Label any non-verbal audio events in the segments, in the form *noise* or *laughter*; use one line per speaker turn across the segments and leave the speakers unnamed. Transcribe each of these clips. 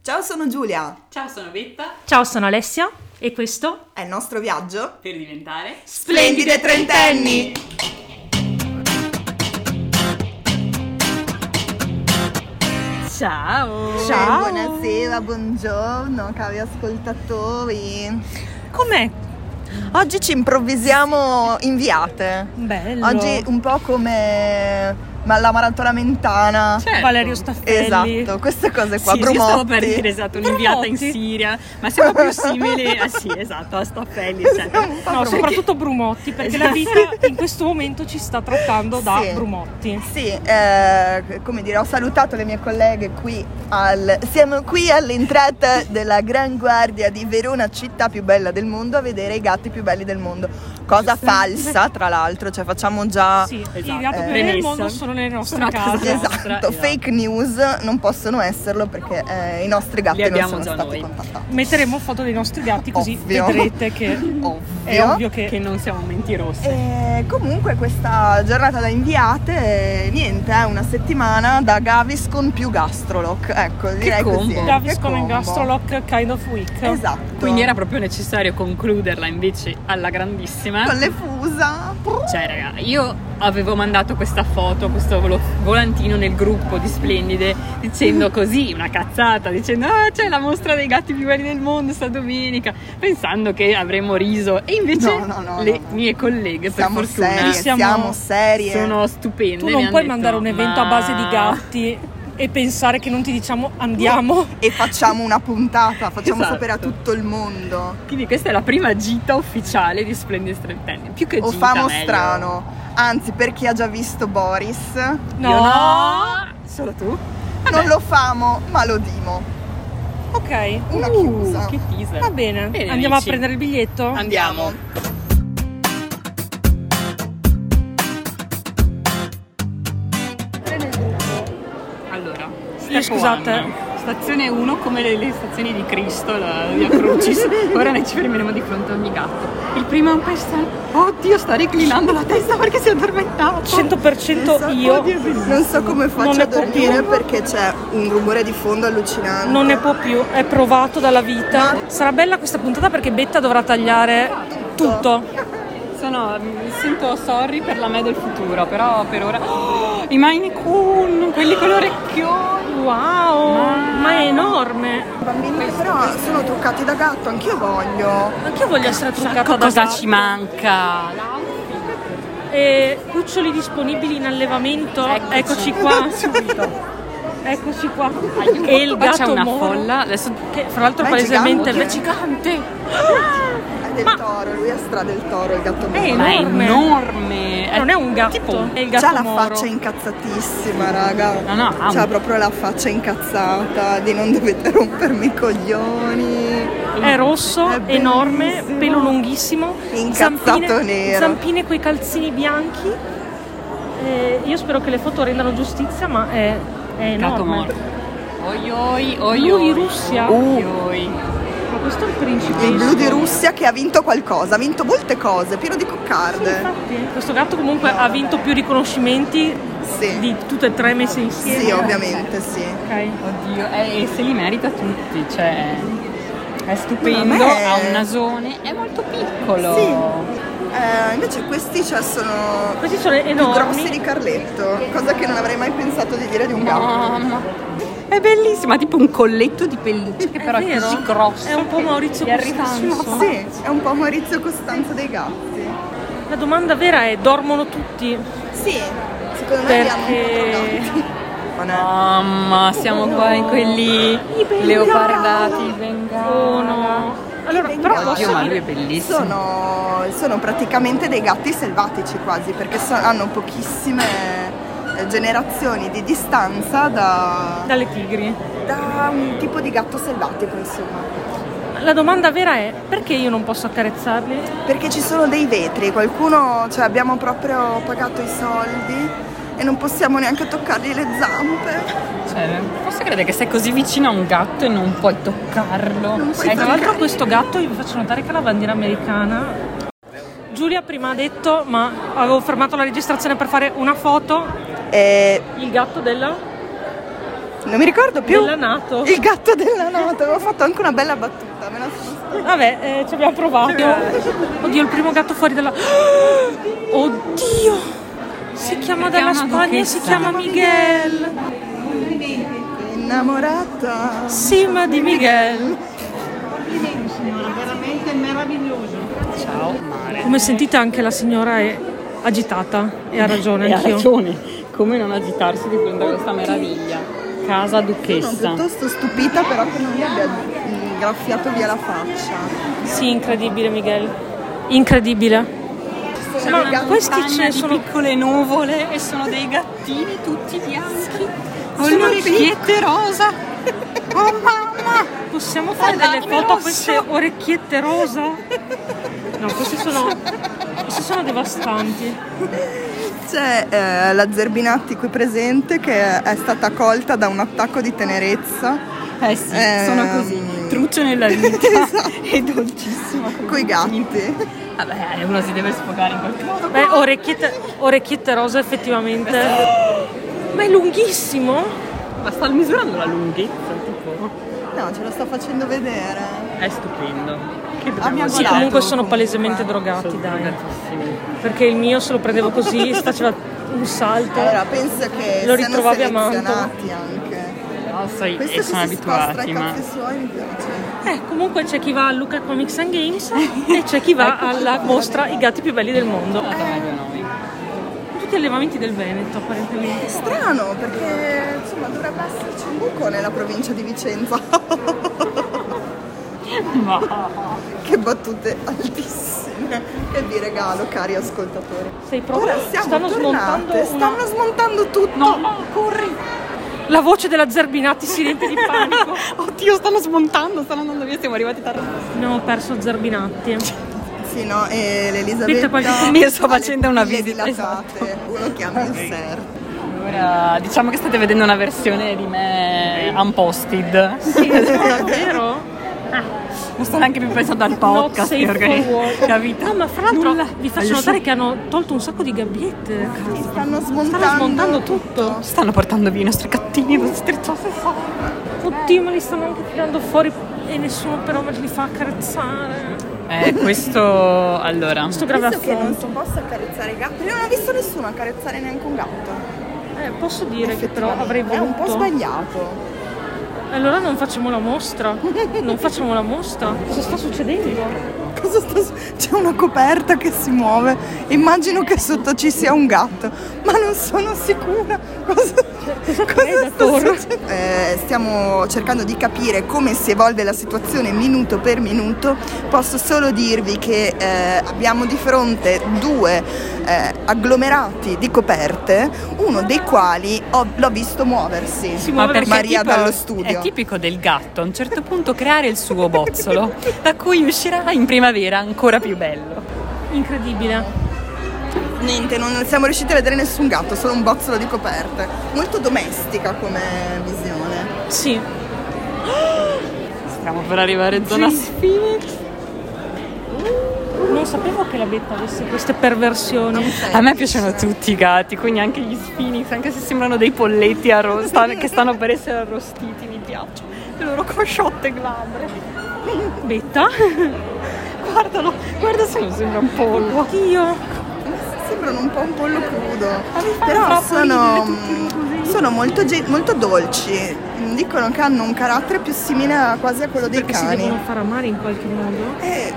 Ciao, sono Giulia.
Ciao, sono Betta
Ciao, sono Alessia e questo
È il nostro viaggio.
per diventare
Splendide trentenni!
Ciao!
Ciao, buonasera, buongiorno cari ascoltatori.
Com'è?
Oggi ci improvvisiamo inviate.
Bello!
Oggi un po' come ma- la maratona mentana.
Certo.
Cioè, Valerio Staffelli.
Esatto, queste cose qua,
sì, io stavo per
Brumotti. *laughs*
dire esatto, un'inviata in
Brumotti.
Siria, ma siamo più simili a sì, esatto, a Staffelli, eccetera.
Un po'
No,
Brumotti.
soprattutto Brumotti, perché la vita in questo momento ci sta trattando da
Esatto. Sì.
Brumotti.
Sì, eh, come dire, ho salutato le mie colleghe qui al... Siamo qui all'entrata della Gran Guardia di Verona, città più bella del mondo, a vedere i gatti più belli del mondo. Cosa falsa, tra l'altro, cioè facciamo già...
Sì,
esatto.
i gatti più
Eh,
belli del
premessa.
mondo sono nelle nostre
Sono a casa
case.
nostra,
Esatto,
esatto.
fake news non possono esserlo perché eh, i nostri
Li
gatti non
abbiamo
sono
già
stati
noi.
contattati.
Metteremo foto dei nostri gatti così
Ovvio. *laughs*
vedrete che
Ovvio.
è ovvio che...
Che non siamo mentirosse.
E comunque questa giornata da inviate, eh, niente, è una settimana da Gaviscon più Gastroloc. Ecco, direi
combo.
così.
Gavis
Che
come
combo.
Gastrolock Kind of Week.
Esatto.
Quindi era proprio necessario concluderla invece alla grandissima.
con le fusa.
Cioè, raga, io avevo mandato questa foto, questo volo- volantino nel gruppo di Splendide,
*laughs*
dicendo così, una cazzata, dicendo ah, c'è la mostra dei gatti più belli del mondo sta domenica, pensando che avremmo riso. E invece
No, no, no,
le
no, no.
mie colleghe, per
Siamo
fortuna,
serie, siamo,
siamo-
serie.
sono stupende.
Tu
mi
non
hanno
puoi
detto,
mandare un evento a
"Ma
base di gatti e pensare che non ti diciamo andiamo.
E facciamo una puntata, facciamo
Esatto.
sapere a tutto il mondo.
Quindi questa è la prima gita ufficiale di Splendide Trentenni. Più che
o
gita,
famo
meglio.
strano. Anzi, per chi ha già visto Boris,
Io
No.
no! Solo tu? Vabbè.
non lo famo, ma lo dimo.
Ok,
Una
Uh,
chiusa.
Che teaser.
va bene.
Bene,
Andiamo
amici.
a prendere il biglietto?
Andiamo. Allora, step
scusate.
one. Stazione 1 come le, le stazioni di Cristo, la Via
*laughs*
Crucis. Ora noi ci fermeremo di fronte a ogni gatto. Il primo è un pestano. Oddio, sta reclinando la testa perché si è addormentato.
100%
Esatto.
io
non so come
Non
faccio
ne
a
può più.
dormire perché c'è un rumore di fondo allucinante.
non ne può più, è provato dalla vita. Sarà bella questa puntata perché Betta dovrà tagliare tutto.
Sono, mi sento sorry per la me del futuro, però per ora. *gasps* Oh, I Maine Coon, quelli con l'orecchione.
Ecco, Wow, ma è enorme.
I bambini però sono truccati da gatto, anch'io voglio.
Anche io voglio essere truccata da
Cosa
gatto.
ci manca?
E cuccioli disponibili in allevamento?
Eccoci.
Eccoci qua. Eccoci qua. E il
Qua
gatto
c'è una
moro,
folla. Adesso
Che fra l'altro
Ma è
palesemente
gigante.
è gigante.
*gasps* È del toro, lui è stra del toro, il gatto mio.
Ehi,
Ma è
Enorme.
enorme. È
Eh, Non è un gatto,
Tipo,
è il gatto
C'ha la
moro.
faccia incazzatissima, raga.
No, no, ha un-
C'ha proprio la faccia incazzata di non dovete rompermi i coglioni.
È rosso,
È
enorme,
bellissimo.
pelo lunghissimo,
Incazzato
zampine,
nero.
zampine coi calzini bianchi. Eh, io spero che le foto rendano giustizia, ma è, è
gatto
enorme.
morto. Oi oi oi
Lui
oi.
Russia?
Oi oi.
Ma questo è il principe.
Il blu di
Bellissimo.
Russia che ha vinto qualcosa, ha vinto molte cose, pieno di
Sì,
coccarde.
infatti. Questo gatto comunque ha vinto più riconoscimenti
Sì,
di tutte e tre messe insieme.
sì, ovviamente, sì.
Ok.
Oddio, eh, e se li merita tutti, cioè è
No,
stupendo,
a me-
ha un nasone, è molto piccolo.
Sì. Eh, invece questi cioè, sono
Questi sono
più
enormi.
grossi di Carletto, cosa che non avrei mai pensato di dire di un gatto.
Mamma. È bellissimo, ha tipo un colletto di pelliccia che
È
però è
vero.
così grosso.
È un po'
che
Maurizio
gli arriva
Costanzo.
addosso.
Sì, è un po' Maurizio Costanzo dei gatti.
La domanda vera è: dormono tutti?
Sì, secondo me abbiamo un po'
Perché.
troppo gatti.
Mamma, siamo qua in quelli leopardati, bengala.
Oh no. Allora, però
Oddio,
posso
ma lui
dire.
è bellissimo.
Sono, sono praticamente dei gatti selvatici quasi, perché so- hanno pochissime eh, generazioni di distanza da,
Dalle tigri.
da un tipo di gatto selvatico, insomma.
La domanda vera è perché io non posso accarezzarli?
Perché ci sono dei vetri, qualcuno, cioè abbiamo proprio pagato i soldi e non possiamo neanche toccargli le zampe.
Cioè, non posso credere che sei così vicino a un gatto e non puoi toccarlo.
Non puoi
Eh,
E tra
tra l'altro
l'altro questo gatto io vi faccio notare che ha la bandiera americana. Giulia prima ha detto, ma avevo fermato la registrazione per fare una foto,
E
il gatto della...
Non mi ricordo più.
Della Nato.
Il gatto della Nato. Avevo fatto anche una bella battuta. Me la sono
Vabbè, eh, ci abbiamo provato. Oddio, il primo gatto fuori dalla. *gasps* Oddio! Si chiama
perché è
dalla
una
Spagna e si
duchessa.
chiama Miguel.
innamorata.
Sì, ma di Miguel.
veramente meraviglioso.
Ciao, mare.
Come sentite anche la signora è agitata e ha ragione
E ha
anch'io.
ragione. Come non agitarsi di fronte a questa meraviglia? Casa duchessa.
Sono piuttosto stupita però che non mi abbia mm, graffiato via la faccia.
Sì, incredibile Miguel. Incredibile.
Cioè,
C'è
Ma
una
questi
montagna
ce ne
di
sono-
piccole nuvole e sono dei gattini tutti bianchi con
Sono
le orecchiette rosa. Oh mamma!
Possiamo fare
Guarda,
delle
mi
foto a
rosso.
queste orecchiette rosa? No, queste sono. Queste sono devastanti.
C'è eh, la Zerbinatti qui presente che è stata colta da un attacco di tenerezza
Eh sì,
Eh,
sono così, truccio nella vita *laughs* e dolcissima come
coi gatti.
*laughs* Vabbè, eh, uno si deve sfogare in qualche modo.
Beh, orecchiette, orecchiette rosa effettivamente. Ma è lunghissimo?
Ma sta misurando la lunghezza, tipo.
No, ce lo sto facendo vedere.
È stupendo. Che
Abbiamo
Sì,
Colato,
comunque sono
comunque.
palesemente drogati, dai. Perché il mio se lo prendevo
*laughs*
così, faceva un
Eh,
salto.
Allora, penso che siano
Lo ritrovavi a Mantova.
selezionati anche.
sai,
Questo
e
che
sono
si squastra
abituati,
ai
ma
cazzi suoi mi piace.
Eh, comunque c'è chi va a Luca Comics and Games e c'è
*laughs*
chi va
Ecco.
alla mostra I gatti più belli del mondo.
meglio noi.
Tutti allevamenti del Veneto, apparentemente.
Strano, perché insomma dovrebbe esserci un buco nella provincia di Vicenza.
*laughs*
*laughs*
Ma
che battute altissime. Che vi regalo, cari ascoltatori.
Sei proprio.
Ora siamo
Stanno
tornate,
smontando. una-
stanno smontando tutto.
no, corri!
La voce della Zerbinati si riempie di panico.
*laughs*
*laughs*
Oddio, stanno smontando, stanno andando via, siamo arrivati tardi.
Abbiamo perso Zerbinatti.
Cioè, Sì, no, e
Aspetta,
l'Elisabetta...
qualche-
Io sto
ha le
facendo una
pupille
visita,
dilatate.
esatto.
Uno chiama il ser.
Allora, diciamo che state vedendo una versione di me unposted.
Sì, è vero?
*laughs*
Non sto neanche più pensando al podcast
Not safe
che
for work.
organizzo. Capito?
Ah, ma fra l'altro
Nulla.
vi faccio
Voglio
notare che hanno tolto un sacco di gabbiette.
Sì, Stanno smontando.
Stanno smontando tutto.
solo- Stanno portando via i nostri cattini da strizzare.
Oddio, ma li stanno anche tirando fuori e nessuno però li fa accarezzare.
Eh, questo allora.
Questo grave
Penso che non
affronto.
si possa accarezzare i gatti. Io non ho visto nessuno accarezzare neanche un gatto.
Eh, posso dire che però avrei
È un po'
voluto.
sbagliato.
Allora non facciamo la mostra. Non facciamo la mostra. Cosa sta succedendo?
*laughs* Cosa sta su- C'è una coperta che si muove. Immagino che sotto ci sia un gatto, ma non sono sicura. Cosa,
Cioè,
cosa sta
attorno?
succedendo? Eh, stiamo cercando di capire come si evolve la situazione minuto per minuto. Posso solo dirvi che eh, abbiamo di fronte due eh, agglomerati di coperte, uno dei quali ho- l'ho visto muoversi.
Si
Ma
muove
perché
perché
Maria
è
dallo studio.
È tipico del gatto a un certo punto creare il *laughs* suo bozzolo, da cui uscirà in primavera ancora più bello.
incredibile.
Niente, non siamo riusciti a vedere nessun gatto, solo un bozzolo di coperte. Molto domestica come visione.
Sì.
Stiamo per arrivare in zona
Sì. Non sapevo che la Betta avesse queste perversioni.
A me piacciono tutti i gatti, quindi anche gli sphinx, anche se sembrano dei polletti arro- sta- che stanno per essere arrostiti, mi piacciono. Le loro cosciotte glabre.
Betta?
Guardalo, guarda se non sembra un pollo.
Oddio.
Sembrano un po' un pollo crudo.
fa
Però
troppo
sono,
ridere tutti così.
sono molto, ge- molto dolci. Dicono che hanno un carattere più simile a- quasi a quello dei
Perché si devono
cani.
far amare in qualche modo.
Eh,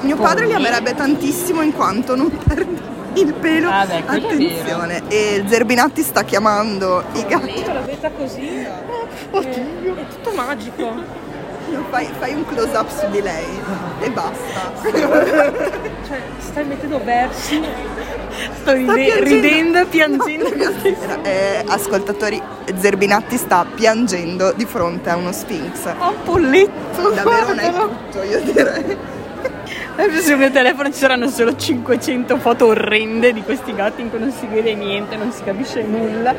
mio padre li amerebbe tantissimo in quanto non perde il pelo.
Ah, beh, quello è vero.
Attenzione. E Zerbinatti sta chiamando i gatti.
La Betta così. Oddio. È, tutto magico.
Fai, fai un close up su di lei e basta.
Cioè, stai mettendo versi.
Sto ride-
piangendo.
ridendo e piangendo.
*laughs* Eh, ascoltatori, Zerbinatti sta piangendo di fronte a uno Sphinx.
Ha un polletto,
Davvero non è
guardalo.
tutto, io direi.
Adesso Eh, sul mio telefono ci saranno solo 500 foto orrende di questi gatti in cui non si vede niente, non si capisce nulla.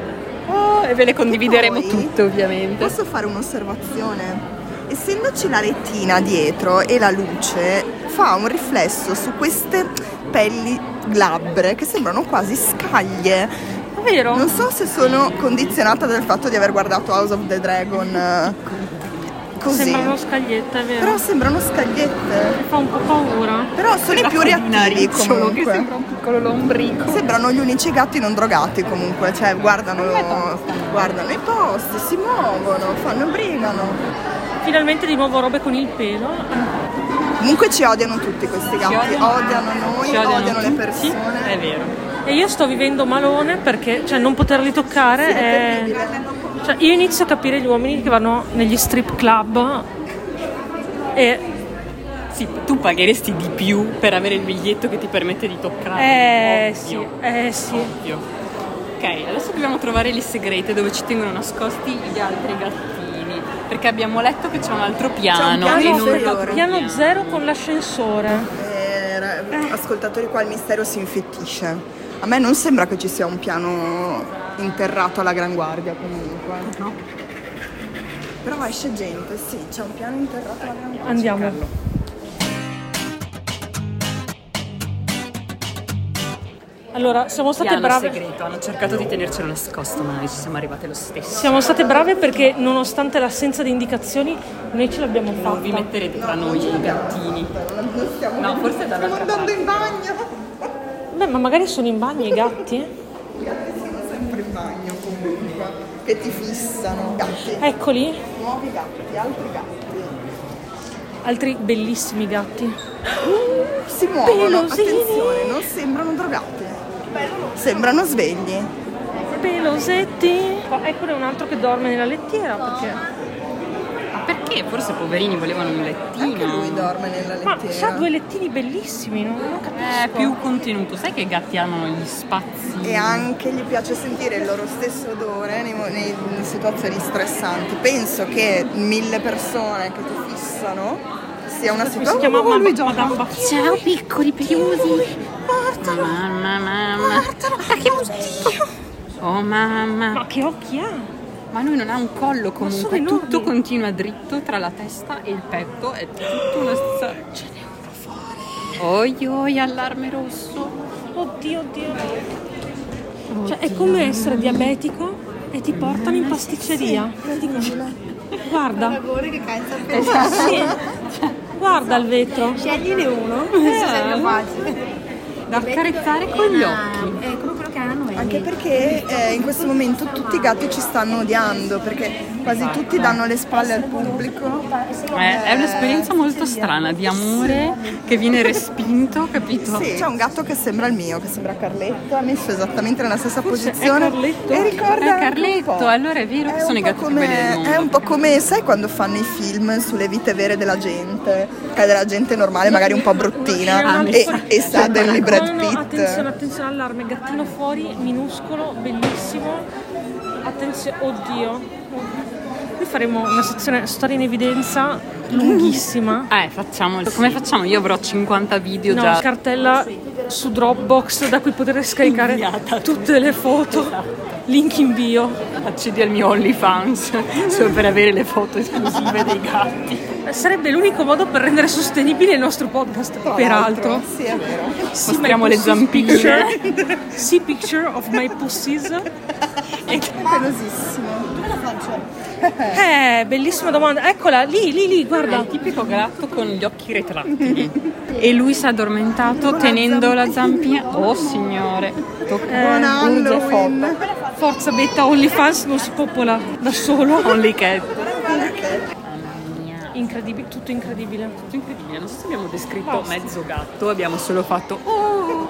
Oh, e ve le condivideremo
Poi-
tutte ovviamente.
Posso fare un'osservazione? Essendoci la retina dietro e la luce, fa un riflesso su queste pelli glabre che sembrano quasi scaglie. È
Vero?
Non so se sono condizionata dal fatto di aver guardato House of the Dragon eh, così.
Sembra uno scaglietta, è vero?
Però sembrano scagliette.
Mi fa un po' paura.
Però sono i più reattivi
Solo diciamo che
comunque.
sembra un piccolo lombrico.
Sembrano gli unici gatti non drogati comunque, cioè guardano, guardano i posti, si muovono, fanno brigano.
Finalmente di nuovo robe con il pelo.
Comunque ci odiano tutti questi
Ci
gatti, odiano, noi,
ci
odiano, le
tutti.
persone.
È vero.
E io sto vivendo malone perché cioè, non poterli toccare
Sì, è
è...
terribile.
Cioè, io inizio a capire gli uomini che vanno negli strip club e
Sì, tu pagheresti di più per avere il biglietto che ti permette di toccare.
eh sì, eh sì.
Ovvio. Ok, adesso dobbiamo trovare le segrete dove ci tengono nascosti gli altri gattini. Perché abbiamo letto che c'è un altro piano.
piano
e non
inferiore.
l'altro
Piano
piano.
zero con l'ascensore.
Eh, ra- ascoltatori qua il mistero si infettisce. A me non sembra che ci sia un piano interrato alla Gran Guardia comunque.
No.
Però esce gente, sì, c'è un piano interrato alla Gran Guardia.
Andiamo. Allora, siamo state
Piano
brave.
segreto, hanno cercato di tenercelo nascosto, ma noi ci siamo arrivate lo stesso.
Siamo state brave perché nonostante l'assenza di indicazioni noi ce l'abbiamo fatta.
Non vi metterete tra noi i gattini.
Non, non stiamo
No, forse dall'altra
stiamo andando in bagno.
Beh, ma magari sono in bagno i gatti? eh?
I gatti sono sempre in bagno comunque, che ti fissano. Gatti,
Eccoli,
nuovi gatti, altri gatti.
altri bellissimi gatti.
Si muovono,
Pelosini.
attenzione, non sembrano drogati. Sembrano svegli.
Pelosetti. Qua- Eccone un altro che dorme nella lettiera perché...
Ma perché? Forse poverini volevano un lettino.
Anche lui dorme nella
Ma sa
lettiera. Eh,
due lettini bellissimi, non, non capisco.
È più contenuto, sai che i gatti hanno gli spazi.
E anche gli piace sentire il loro stesso odore nei mo- nei- in situazioni stressanti. Penso che mille persone che ti fissano sia una
Come si
situazione.
chiama
Oh,
Mamma-
lui gioca.
Madame Baffi?
Ciao piccoli pelosi.
Guardalo,
Mamma mamma.
guardalo, ma che mostio!
Oh mamma.
Ma che occhi ha?
Ma lui non ha un collo
sono
comunque.
enormi.
Tutto continua dritto tra la testa e il petto. È tutto una stessa. Ce n'è uno fuori. Oi oi, allarme rosso.
Oddio, oddio. Cioè, è come essere diabetico e ti portano in pasticceria. Dico, Guarda,
che calza
sì. guarda il vetro.
Scegliene uno, questo sembra facile.
Da accarezzare con gli occhi.
È come quello che hanno noi.
Anche perché eh, in questo momento tutti i gatti ci stanno odiando perché quasi tutti danno le spalle al pubblico.
Eh, è un'esperienza molto strana di amore che viene respinto, capito?
Sì, c'è un gatto che sembra il mio, che sembra Carletto, ha messo esattamente nella stessa posizione.
Carletto?
E ricorda
È
anche un
Carletto,
po'.
allora è vero che sono
un
i
po'
gatti più belli del mondo.
È un po' come, sai quando fanno i film sulle vite vere della gente, che è della gente normale, magari un po' bruttina,
Ah,
e,
mi-
e sa del Brad
No, no, attenzione,
Pitt.
attenzione allarme, gattino fuori, minuscolo, bellissimo. Attenzione, oddio. Noi faremo una sezione storia in evidenza lunghissima.
Eh, facciamo. Come facciamo? Io avrò 50 video
No,
già.
cartella su Dropbox da cui poter scaricare
Inviata. Esatto.
tutte le foto. Link in bio.
Accedi al mio OnlyFans *laughs* solo per avere le foto esclusive dei gatti.
Sarebbe l'unico modo per rendere sostenibile il nostro podcast,
Tra
peraltro.
l'altro, Sì, è vero.
Sì,
Mostriamo
my
le
pussy's
zampine.
picture. Sì, picture of my
*laughs*
pussies.
È pelosissimo.
Eh, bellissima domanda. Eccola, lì, lì, lì,
È
guarda.
il tipico gatto con gli occhi retrattili. e lui si è addormentato tenendo la zampina. Oh signore. Tocca
Buon Halloween.
Forza Betta OnlyFans non si popola da solo.
Only cat.
Incredibile, tutto incredibile.
Incredibile, non so se abbiamo descritto mezzo gatto, abbiamo solo fatto oh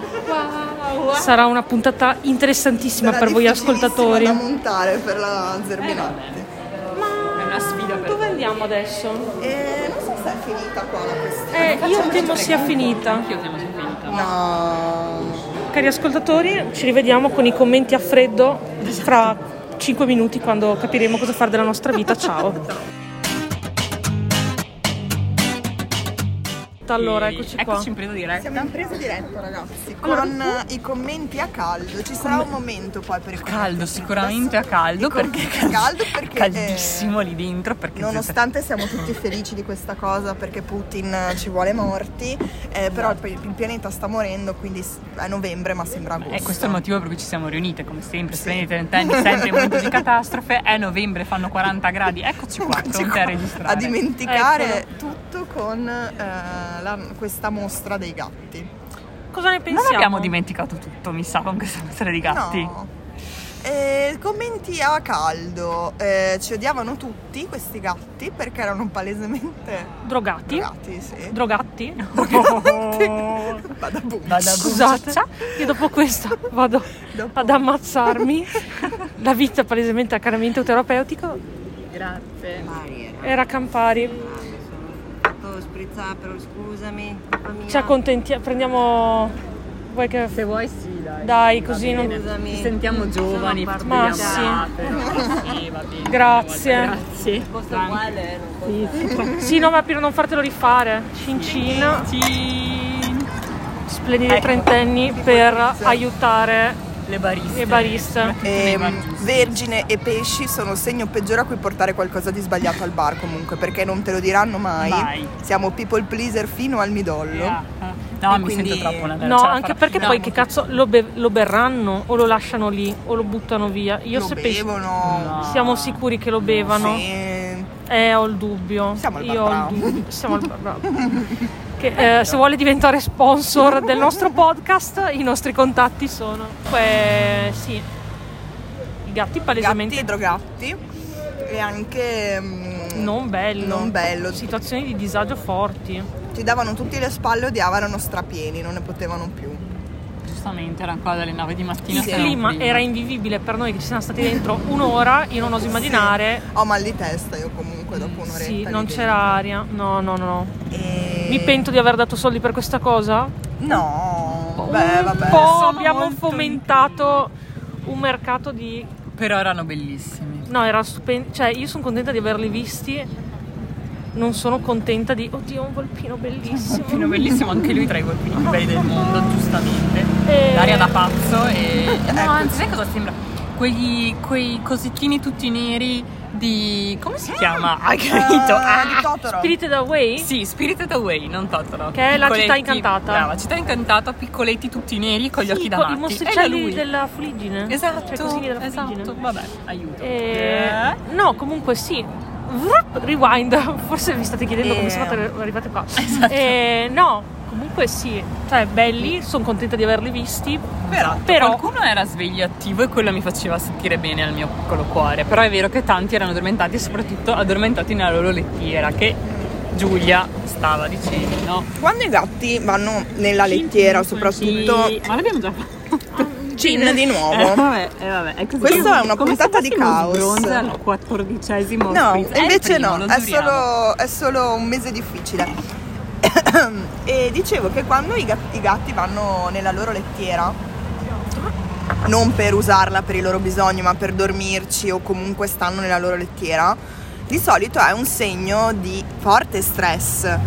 wow.
Sarà una puntata interessantissima
Sarà
per voi
difficilissimo
ascoltatori.
da montare per la Zerbinatti.
Eh, È una sfida per
Dove andiamo adesso?
E non so se è finita qua la questione.
Eh, io temo sia finita.
Anch'io siamo finita.
No.
Cari ascoltatori, ci rivediamo con i commenti a freddo fra 5 minuti quando capiremo cosa fare della nostra vita. Ciao. Allora, eccoci qua.
Eccoci in presa diretta.
Siamo in presa diretta
Ah,
ragazzi,
Allora,
con eh, i commenti a caldo, ci sarà un momento poi per i commenti.
Caldo, sicuramente a caldo
I commenti
perché
a caldo perché
caldissimo
eh,
lì dentro perché
Nonostante siamo tutti felici di questa cosa perché Putin eh, ci vuole morti, eh, però
Esatto.
il, il pianeta sta morendo, quindi s- è novembre ma sembra agosto.
E Eh, questo è il motivo per cui ci siamo riunite, come sempre, splendidi trentenni, sempre in
*laughs*
momento di catastrofe. È novembre, fanno 40 gradi, eccoci qua,
Eccoci
pronte
qua
a registrare.
A dimenticare tutto con eh, la- questa mostra dei gatti.
Cosa ne
Non
pensiamo?
abbiamo dimenticato tutto, mi sa, con questa mostra di gatti.
No. Eh, commenti a caldo. Eh, ci odiavano tutti questi gatti perché erano palesemente
Drogati?
drogati, sì. *laughs*
Drogatti?
*laughs* Oh.
Vada boom.
Vada boom.
Scusate, io dopo questo vado
Dopo-
ad ammazzarmi. La vita palesemente a accanimento terapeutico
Grazie.
Mariera.
era Campari.
Ah, Sono fatto sprizzaperol, scusami. mamma mia.
Ci accontentiamo, prendiamo... Vuoi che...
Se vuoi sì, dai.
Dai, così non-
Scusami.
Ci sentiamo giovani,
Sono
proviamo
partita.
a fare. Sì, va bene.
Grazie.
Grazie.
Costa uguale, eh, non costa.
Sì, no, ma per non fartelo rifare. Cincina,
Cin.
splendide
Ecco.
trentenni per aiutare
Le bariste.
le bariste.
Ehm,
vero.
vergine e pesci sono il segno peggiore a cui portare qualcosa di sbagliato al bar comunque perché non te lo diranno mai.
Mai.
Siamo people pleaser fino al midollo.
Ah, No, mi
Quindi-
sento troppo una
No, anche perché poi che
che
cazzo lo, be- lo berranno o lo lasciano lì o lo buttano via. Io
lo
se penso
bevono.
No.
siamo sicuri che lo bevano.
Sì.
Eh, ho il dubbio.
Siamo al
Io
Bar
ho il
Bravo.
dubbio. Siamo al Bar Bravo.
*laughs*
Che, eh, se vuole diventare sponsor del nostro podcast, i nostri contatti sono. Comunque, sì. I gatti palesemente
Gatti e drogatti e anche mm,
non bello.
Non bello.
Situazioni di disagio forti.
Ti davano tutti le spalle, odiavano strapieni, non ne potevano più.
Giustamente, erano qua dalle 9 di mattina.
Il
se non
clima
prima.
era invivibile per noi che ci siamo stati dentro un'ora, io non oso immaginare.
Ho mal di testa io comunque dopo un'oretta.
Sì,
lì
non
dentro.
c'era aria. No, no, no.
E-
Mi pento di aver dato soldi per questa cosa?
No. Beh,
un
vabbè.
po'
Eh, Sono
abbiamo
molto
fomentato un mercato di...
Però erano bellissimi.
No, era stupendo. Cioè, io sono contenta di averli visti. Non sono contenta di... Oddio, un
*laughs*
volpino bellissimo.
Fino bellissimo, anche lui tra i volpini più belli del mondo, giustamente.
E-
L'aria da pazzo e...
Ecco.
*laughs* No, anzi, sai cosa sembra? Quegli, quei cosettini tutti neri di... come si *laughs* chiama? Hai capito?
Ah, di
Ah!
Totoro.
Spirited Away?
Sì, Spirited Away, non Totoro.
Che è la città incantata.
Brava, città incantata, piccoletti tutti neri con gli occhi
co-
davanti.
I
Era lui.
mostricelli della fuliggine.
Esatto,
Cioè, i cosini della fuliggine.
esatto, vabbè, aiuto.
Eh, No, comunque sì. Vrup, Rewind, *laughs* forse vi state chiedendo come
Eh. Esatto.
sono fatte-
*laughs*
arrivate qua. Eh, no, comunque sì, cioè belli, sono contenta di averli visti.
Però,
Però-
qualcuno era sveglio e attivo e quello mi faceva sentire bene al mio piccolo cuore. Però è vero che tanti erano addormentati e soprattutto addormentati nella loro lettiera che Giulia stava dicendo.
Quando i gatti vanno nella lettiera, soprattutto
Ma l'abbiamo già fatto.
cin di
*laughs*
Eh,
nuovo.
vabbè, eh, vabbè, è così.
Questa è una
Come
puntata
se
di
fossimo
caos.
di bronzo al quattordicesimo
No,
spritz. È il
invece
primo,
no,
lo
è
giuriamo.
solo, è solo un mese difficile. *coughs* e dicevo che quando i gatti, i gatti vanno nella loro lettiera, non per usarla per i loro bisogni, ma per dormirci o comunque stanno nella loro lettiera, di solito è un segno di forte stress.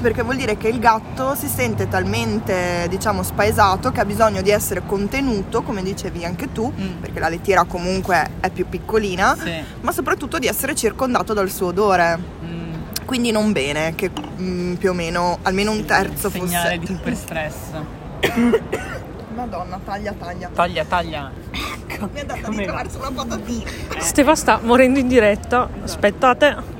Perché vuol dire che il gatto si sente talmente, diciamo, spaesato che ha bisogno di essere contenuto, come dicevi anche tu,
Mm.
perché la lettiera comunque è più piccolina
Sì.
ma soprattutto di essere circondato dal suo odore.
Mm,
Quindi non bene, che mm, più o meno almeno un terzo fosse.
segnale di super stress.
Madonna, taglia, taglia.
Taglia, taglia.
Mi è data
Come
di
va?
trovarsi una patatina.
Steva sta morendo in diretta. Aspettate.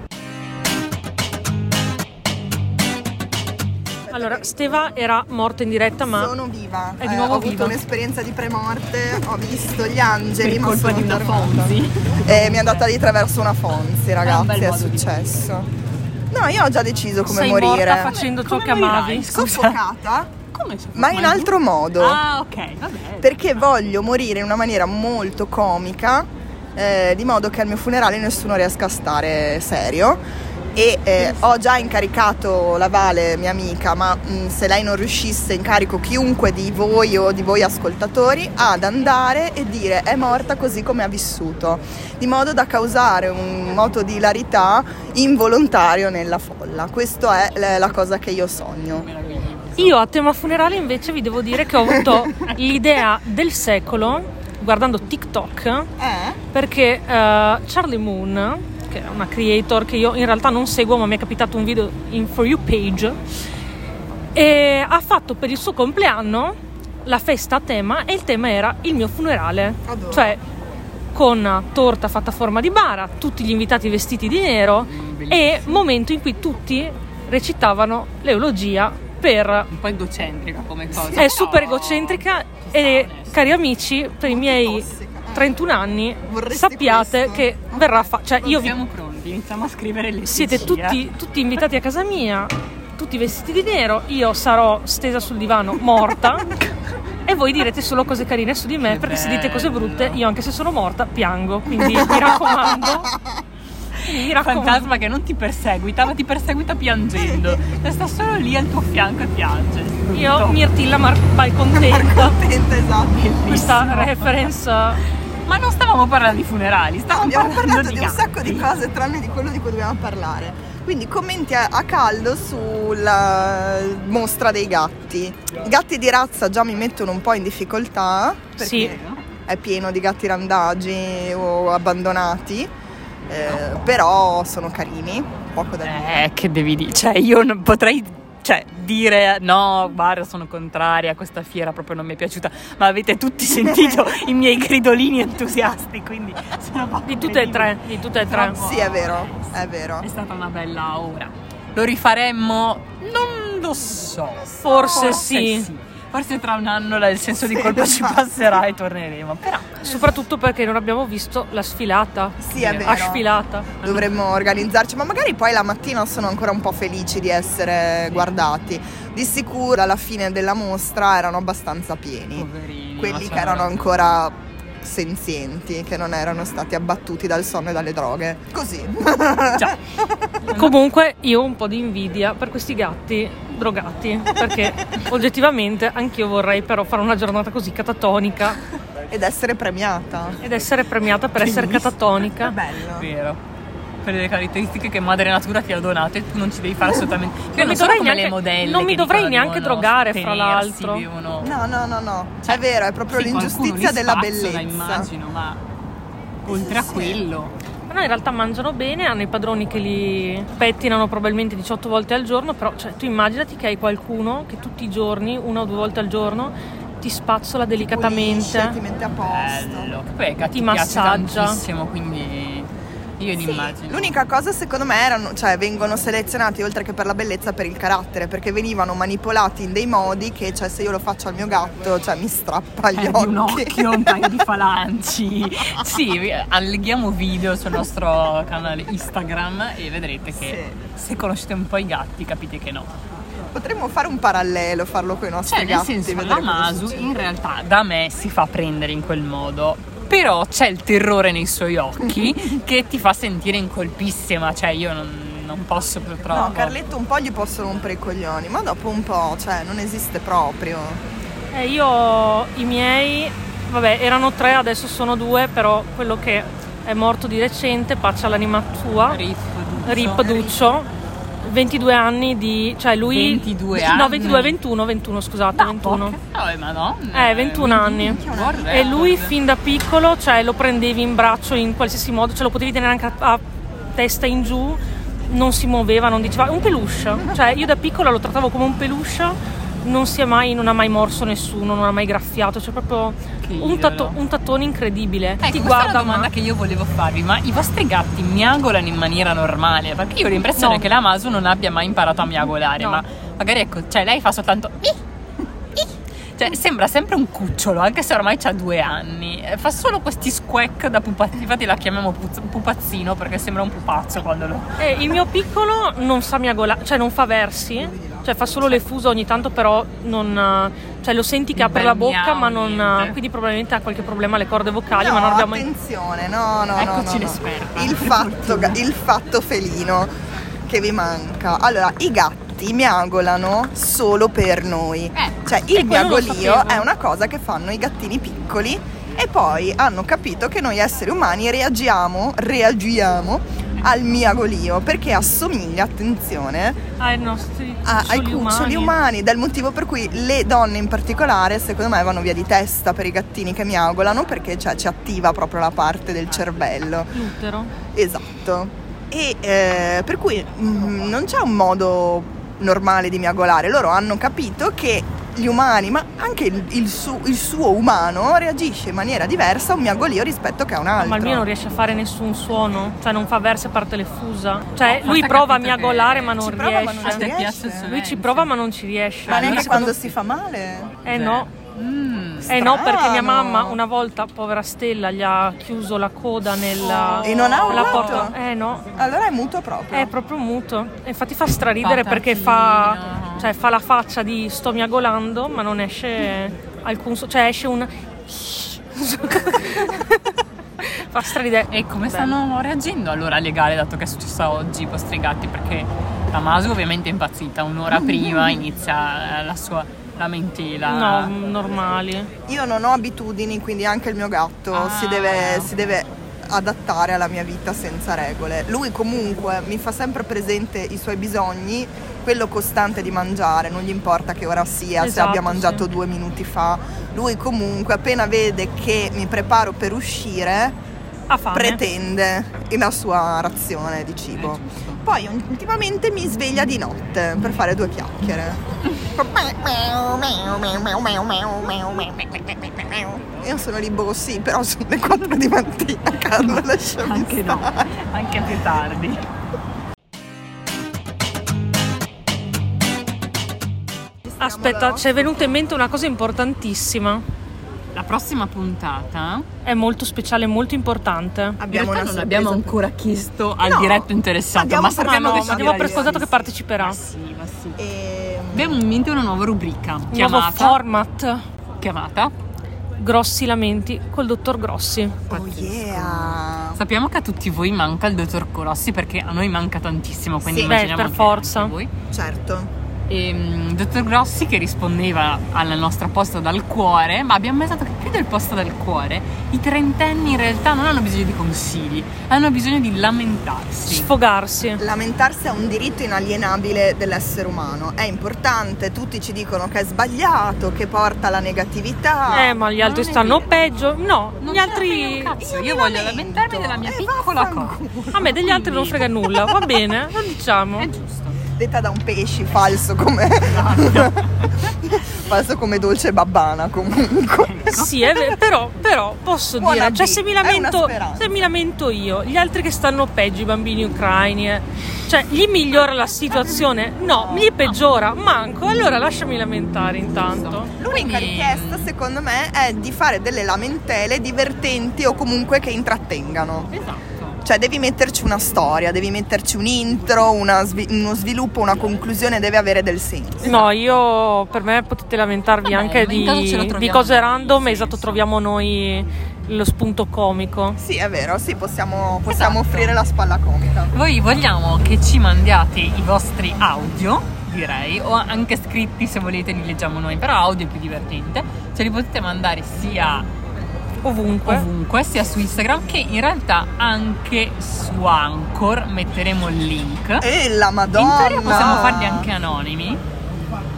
Allora, Steva era morta in diretta, ma
Sono viva. Eh,
È di nuovo
ho avuto
viva.
un'esperienza di premorte, ho visto gli angeli,
Per
ma
colpa
sono
di una
tornata.
Fonzi.
Eh, mi è andata di attraverso una Fonzi,
un bel
ragazzi, è,
modo di
successo. No, io ho già deciso come
sei
morire.
morta facendo ciò
Come
che amavi.
morirai?
Soffocata,
Come si fa?
ma in altro modo.
Ah, ok, vabbè.
perché voglio morire in una maniera molto comica, eh, di modo che al mio funerale nessuno riesca a stare serio. e eh, ho già incaricato la Vale, mia amica, ma mh, se lei non riuscisse incarico chiunque di voi o di voi ascoltatori ad andare e dire è morta così come ha vissuto, di modo da causare un moto di ilarità involontario nella folla. Questa è la- la cosa che io sogno.
Io a tema funerale invece vi devo dire che ho
*laughs*
avuto l'idea del secolo guardando TikTok
Eh?
perché eh, Charlie Moon, che è una creator che io in realtà non seguo, ma mi è capitato un video in For You page, e ha fatto per il suo compleanno la festa a tema e il tema era il mio funerale,
Adoro.
cioè con torta fatta a forma di bara, tutti gli invitati vestiti di nero e momento in cui tutti recitavano l'eulogia per
Un po' egocentrica come cosa.
è super egocentrica e cari amici, per i miei
tossica.
31 anni
Vorresti
sappiate
questo?
che verrà fa- cioè io vi-
siamo eh. pronti, iniziamo a scrivere le
siete tutti, tutti invitati a
*laughs*
casa mia, tutti vestiti di nero, io sarò stesa sul divano
*laughs*
morta e voi direte solo cose carine su di me
Che
perché se dite cose
bello.
brutte io anche se sono morta piango, quindi mi
*laughs*
raccomando. Mi raccomando.
fantasma che non ti perseguita, ma ti perseguita
*laughs*
piangendo. Cioè, sta solo lì al tuo fianco e piange.
Io
Tutto.
Mirtilla Mar- Malcontenta,
Contenta, esatto.
questa reference
Ma non stavamo parlando di funerali, stavamo
Abbiamo
parlando
parlato di un
gatti.
sacco di cose tranne di quello di cui dobbiamo parlare. Quindi commenti a, a caldo sulla mostra dei gatti. I gatti di razza già mi mettono un po' in difficoltà perché
Sì.
è pieno di gatti randagi o abbandonati, eh, però sono carini, poco da dire.
Eh, che devi dire? Cioè, io non potrei. Cioè, dire no, guarda, sono contraria a questa fiera, proprio non mi è piaciuta. Ma
*laughs*
avete tutti sentito i miei gridolini entusiasti, quindi sono proprio
di tutte e tre, di tutte e tre.
Sì, è vero, è vero.
È stata una bella ora. Lo rifaremmo? Non lo so.
Forse sì.
Forse tra un anno la- il senso di
Sì,
colpa ci
esatto.
passerà e torneremo. Però
Soprattutto perché non abbiamo visto la sfilata.
Sì, è
La
vero.
sfilata.
dovremmo organizzarci, ma magari poi la mattina sono ancora un po' felici di essere guardati. Di sicuro alla fine della mostra erano abbastanza pieni,
poverini, ma
quelli che
sono-
erano ancora senzienti, che non erano stati abbattuti dal sonno e dalle droghe. Così. *laughs*
Già.
Comunque io ho un po' di invidia per questi gatti drogati,
*laughs*
perché oggettivamente anch'io vorrei però fare una giornata così catatonica
Ed essere premiata.
ed essere premiata per essere
Bellissimo.
È
catatonica.
bello.
Vero. Per le caratteristiche che madre natura ti ha donato e tu non ci devi fare assolutamente. Io
mi
non sono
dovrei
come le
neanche-
modelle.
non mi
che
dovrei
dicono
neanche
devono
drogare, fra
tenersi,
l'altro.
devono-
No, no, no, no. È vero, è proprio
Cioè, Sì,
l'ingiustizia
qualcuno li
della
spazzola,
bellezza.
immagino, ma oltre a
Sì.
quello.
Però in realtà mangiano bene, hanno i padroni che li pettinano probabilmente 18 volte al giorno, però cioè, tu immaginati che hai qualcuno che tutti i giorni, una o due volte al giorno, ti spazzola
Pulisce,
delicatamente.
ti mette a posto.
Bello. Che poi ai gatti
Ti
piace
massaggia.
tantissimo, quindi io li
Sì,
immagino.
L'unica cosa secondo me erano, cioè vengono selezionati oltre che per la bellezza per il carattere, perché venivano manipolati in dei modi che cioè se io lo faccio al mio gatto, cioè mi strappa gli
Eh, di
occhi.
un occhio, un paio di falangi. *laughs* sì, vi- alleghiamo video sul nostro canale Instagram e vedrete che se conoscete un po' i gatti capite che no.
*laughs* Potremmo fare un parallelo, farlo con i nostri
Cioè, nel
gatti.
senso,
vedere
la
cosa
Masu
succede.
in realtà da me si fa prendere in quel modo. Però c'è il terrore nei suoi
*laughs*
occhi che ti fa sentire in colpissima. Cioè, io non, non posso purtroppo.
No, Carletto un po' gli posso rompere i coglioni, ma dopo un po', cioè, non esiste proprio.
Eh, io i miei, vabbè, erano tre, adesso sono due, però quello che è morto di recente, pace all'anima tua,
Rip, Duccio.
Rip Duccio, 22 anni di... cioè lui...
22
No,
anni.
22, 21, 21, scusate,
No,
21.
porca- no, ma no.
Eh, 21 anni.
Guarda,
E lui fin da piccolo, cioè lo prendevi in braccio in qualsiasi modo, cioè lo potevi tenere anche a, a testa in giù, non si muoveva, non diceva un peluche. Cioè io da piccola lo trattavo come un peluche, non si è mai, non ha mai morso nessuno, non ha mai graffiato, cioè proprio
Che
un,
idolo.
tatto- un tattone incredibile.
Ecco, questa
Ti
è la
guarda
domanda
ma
che io volevo farvi, ma i vostri gatti miagolano in maniera normale? Perché io ho l'impressione
No.
che la Masu non abbia mai imparato a miagolare,
No.
ma magari ecco, cioè lei fa soltanto "Mi, mi". Cioè, sembra sempre un cucciolo, anche se ormai ha due anni. Eh, Fa solo questi squeak da pupazzo. Infatti la chiamiamo puz- pupazzino perché sembra un pupazzo quando lo.
Eh, il mio piccolo non sa miagolare, cioè non fa versi, cioè fa solo le fusa ogni tanto, però non. eh, cioè lo senti che
Un
apre
bel
la bocca,
miau,
ma non.
niente.
eh, Quindi probabilmente ha qualche problema alle corde vocali,
no,
ma non abbiamo.
attenzione, no, no, no,
Eccoci
no, no.
l'esperta.
Il fatto, il fatto felino. che vi manca. Allora, i gatti miagolano solo per noi.
Ecco,
cioè,
Eh, e
il
quello lo
miagolio
sapevo.
è una cosa che fanno i gattini piccoli e poi hanno capito che noi esseri umani reagiamo, reagiamo al miagolio perché assomiglia, attenzione,
ai nostri
a- Ah, ai
cuccioli
cuccioli umani. dal motivo per cui le donne in particolare, secondo me, vanno via di testa per i gattini che miagolano perché cioè, ci attiva proprio la parte del cervello.
L'utero.
Esatto. E eh, per cui mm, non c'è un modo normale di miagolare. Loro hanno capito che gli umani, ma anche il, il su- il suo umano, reagisce in maniera diversa a un miagolio rispetto che a un altro.
Ma il mio non riesce a fare nessun suono, cioè non fa versi a parte le fusa. Cioè
forse
lui
ha
prova a
capito che
miagolare ma
Ci
non
prova, ma non
A
riesce.
te
riesce.
piace il silenzio?
Lui ci prova ma non ci riesce.
Ma neanche
Allora,
quando
secondo-
si fa male.
Eh no,
Mm.
eh no, perché mia
Strano.
mamma una volta, povera Stella, gli ha chiuso la coda nella
E non ha
la
urlato?
porta. Eh no,
Allora è muto proprio.
è proprio muto. E infatti fa straridere
Fa
perché
tantino.
fa, cioè, fa la faccia di sto miagolando, ma non esce alcun so- cioè esce un *laughs* fa straridere.
E come stanno reagendo allora alle gare, dato che è successo oggi i vostri gatti? Perché Tamasu ovviamente è impazzita, un'ora
*laughs*
prima inizia eh, la sua lamentela.
No, normali.
Io non ho abitudini, quindi anche il mio gatto
Ah.
si, deve, si deve adattare alla mia vita senza regole. Lui comunque mi fa sempre presente i suoi bisogni, quello costante di mangiare, non gli importa che ora sia, se
Esatto,
abbia mangiato
sì.
due minuti fa. Lui comunque appena vede che mi preparo per uscire,
Ha fame.
pretende la sua razione di cibo.
Eh,
Poi ultimamente mi sveglia di notte per fare due chiacchiere. Io sono lì, boh, sì, però sono le 4 di mattina, *laughs* Carlo, lasciami
Anche no,
stare.
*laughs* anche più tardi.
Aspetta, ci è venuta in mente una cosa importantissima.
La prossima puntata
È molto speciale, molto importante.
Abbiamo
in
una
realtà non
sorpresa
abbiamo
per-
ancora chiesto al
No,
diretto interessato,
abbiamo
ma
fatto-
sappiamo
no,
che
ma
ci
abbiamo
Abbiamo
dirà
per
di
scontato che
sì.
parteciperà.
Ma sì, ma sì.
Ehm,
Abbiamo in mente una nuova rubrica
Nuovo
chiamata,
format.
chiamata
Grossi lamenti col dottor Grossi.
Oh yeah!
Sappiamo che a tutti voi manca il dottor Colossi perché a noi manca tantissimo, quindi
Sì.
immaginiamo
Beh, per
anche
forza.
a voi.
Certo.
E, mm, dottor Grossi che rispondeva alla nostra posta dal cuore, ma abbiamo pensato che più del posta dal cuore i trentenni in realtà non hanno bisogno di consigli, hanno bisogno di lamentarsi.
Sfogarsi.
Lamentarsi è un diritto inalienabile dell'essere umano. È importante, tutti ci dicono che è sbagliato, che porta alla negatività.
Eh, ma gli altri
non è
stanno
vero.
peggio. No,
Non
gli
ce la frega
altri.
un cazzo,
Io
io,
mi
voglio
lamento.
lamentarmi della mia
Eh,
piccola cosa.
vaffanculo.
A me degli altri non
Quindi-
frega nulla, va bene, lo diciamo.
È giusto.
detta da un pesci falso come
Esatto.
*laughs* falso come dolce babbana
*laughs*
comunque
Sì, è ve- però, però posso
Buona
dire,
B,
cioè se mi,
è una
lamento,
speranza.
se mi lamento io, gli altri che stanno peggio, i bambini ucraini, eh, cioè gli migliora la situazione? No, gli peggiora, manco, allora lasciami lamentare intanto.
l'unica
Quindi- mm,
richiesta secondo me è di fare delle lamentele divertenti o comunque che intrattengano
Esatto.
cioè devi metterci una storia devi metterci un intro una svi- uno sviluppo una conclusione deve avere del senso
No, io per me potete lamentarvi
Vabbè,
anche
ma in caso ce la
di, di
troviamo
cose
noi,
random,
nel
esatto,
senso.
troviamo noi lo spunto comico.
sì è vero sì possiamo, possiamo
Esatto.
offrire la spalla comica
Voi vogliamo che ci mandiate i vostri audio, direi, o anche scritti se volete li leggiamo noi, però audio è più divertente. Ce li potete mandare sia
Ovunque.
ovunque, sia su Instagram che in realtà anche su Anchor metteremo il link.
e la
In
madonna
teoria possiamo farli anche Eh, anonimi.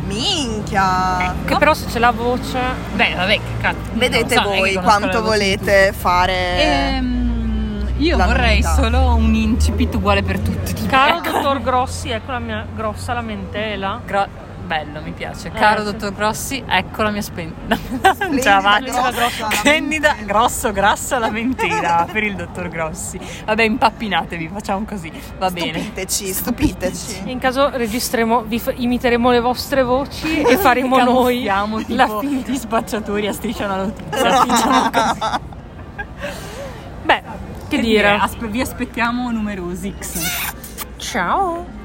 minchia
Che però se c'è la voce...
Beh, vabbè, che cazzo.
vedete
non so, non è che
voi
conosco la
quanto
voce di tutti.
volete fare
Ehm, io
La
vorrei
novità.
solo un incipit uguale per tutti. tipo,
Caro
ecco.
dottor Grossi, ecco la mia grossa lamentela.
Gro- bello, mi piace.
Eh,
Caro
sì.
dottor Grossi, ecco la mia *laughs* splendida. Non ce la faccio.
grossa lamentela.
Splendida, grosso, grassa lamentela per il dottor Grossi. Vabbè, impappinatevi, facciamo così. Va bene.
Stupiteci, stupiteci.
In caso registreremo, vi f- imiteremo le vostre voci e faremo noi
Camuffiamo,
la
tipo,
fine.
gli spacciatori a striscia la notizia. diciamo *laughs* così.
Beh, che dire?
aspe- vi aspettiamo numerosi.
Ciao!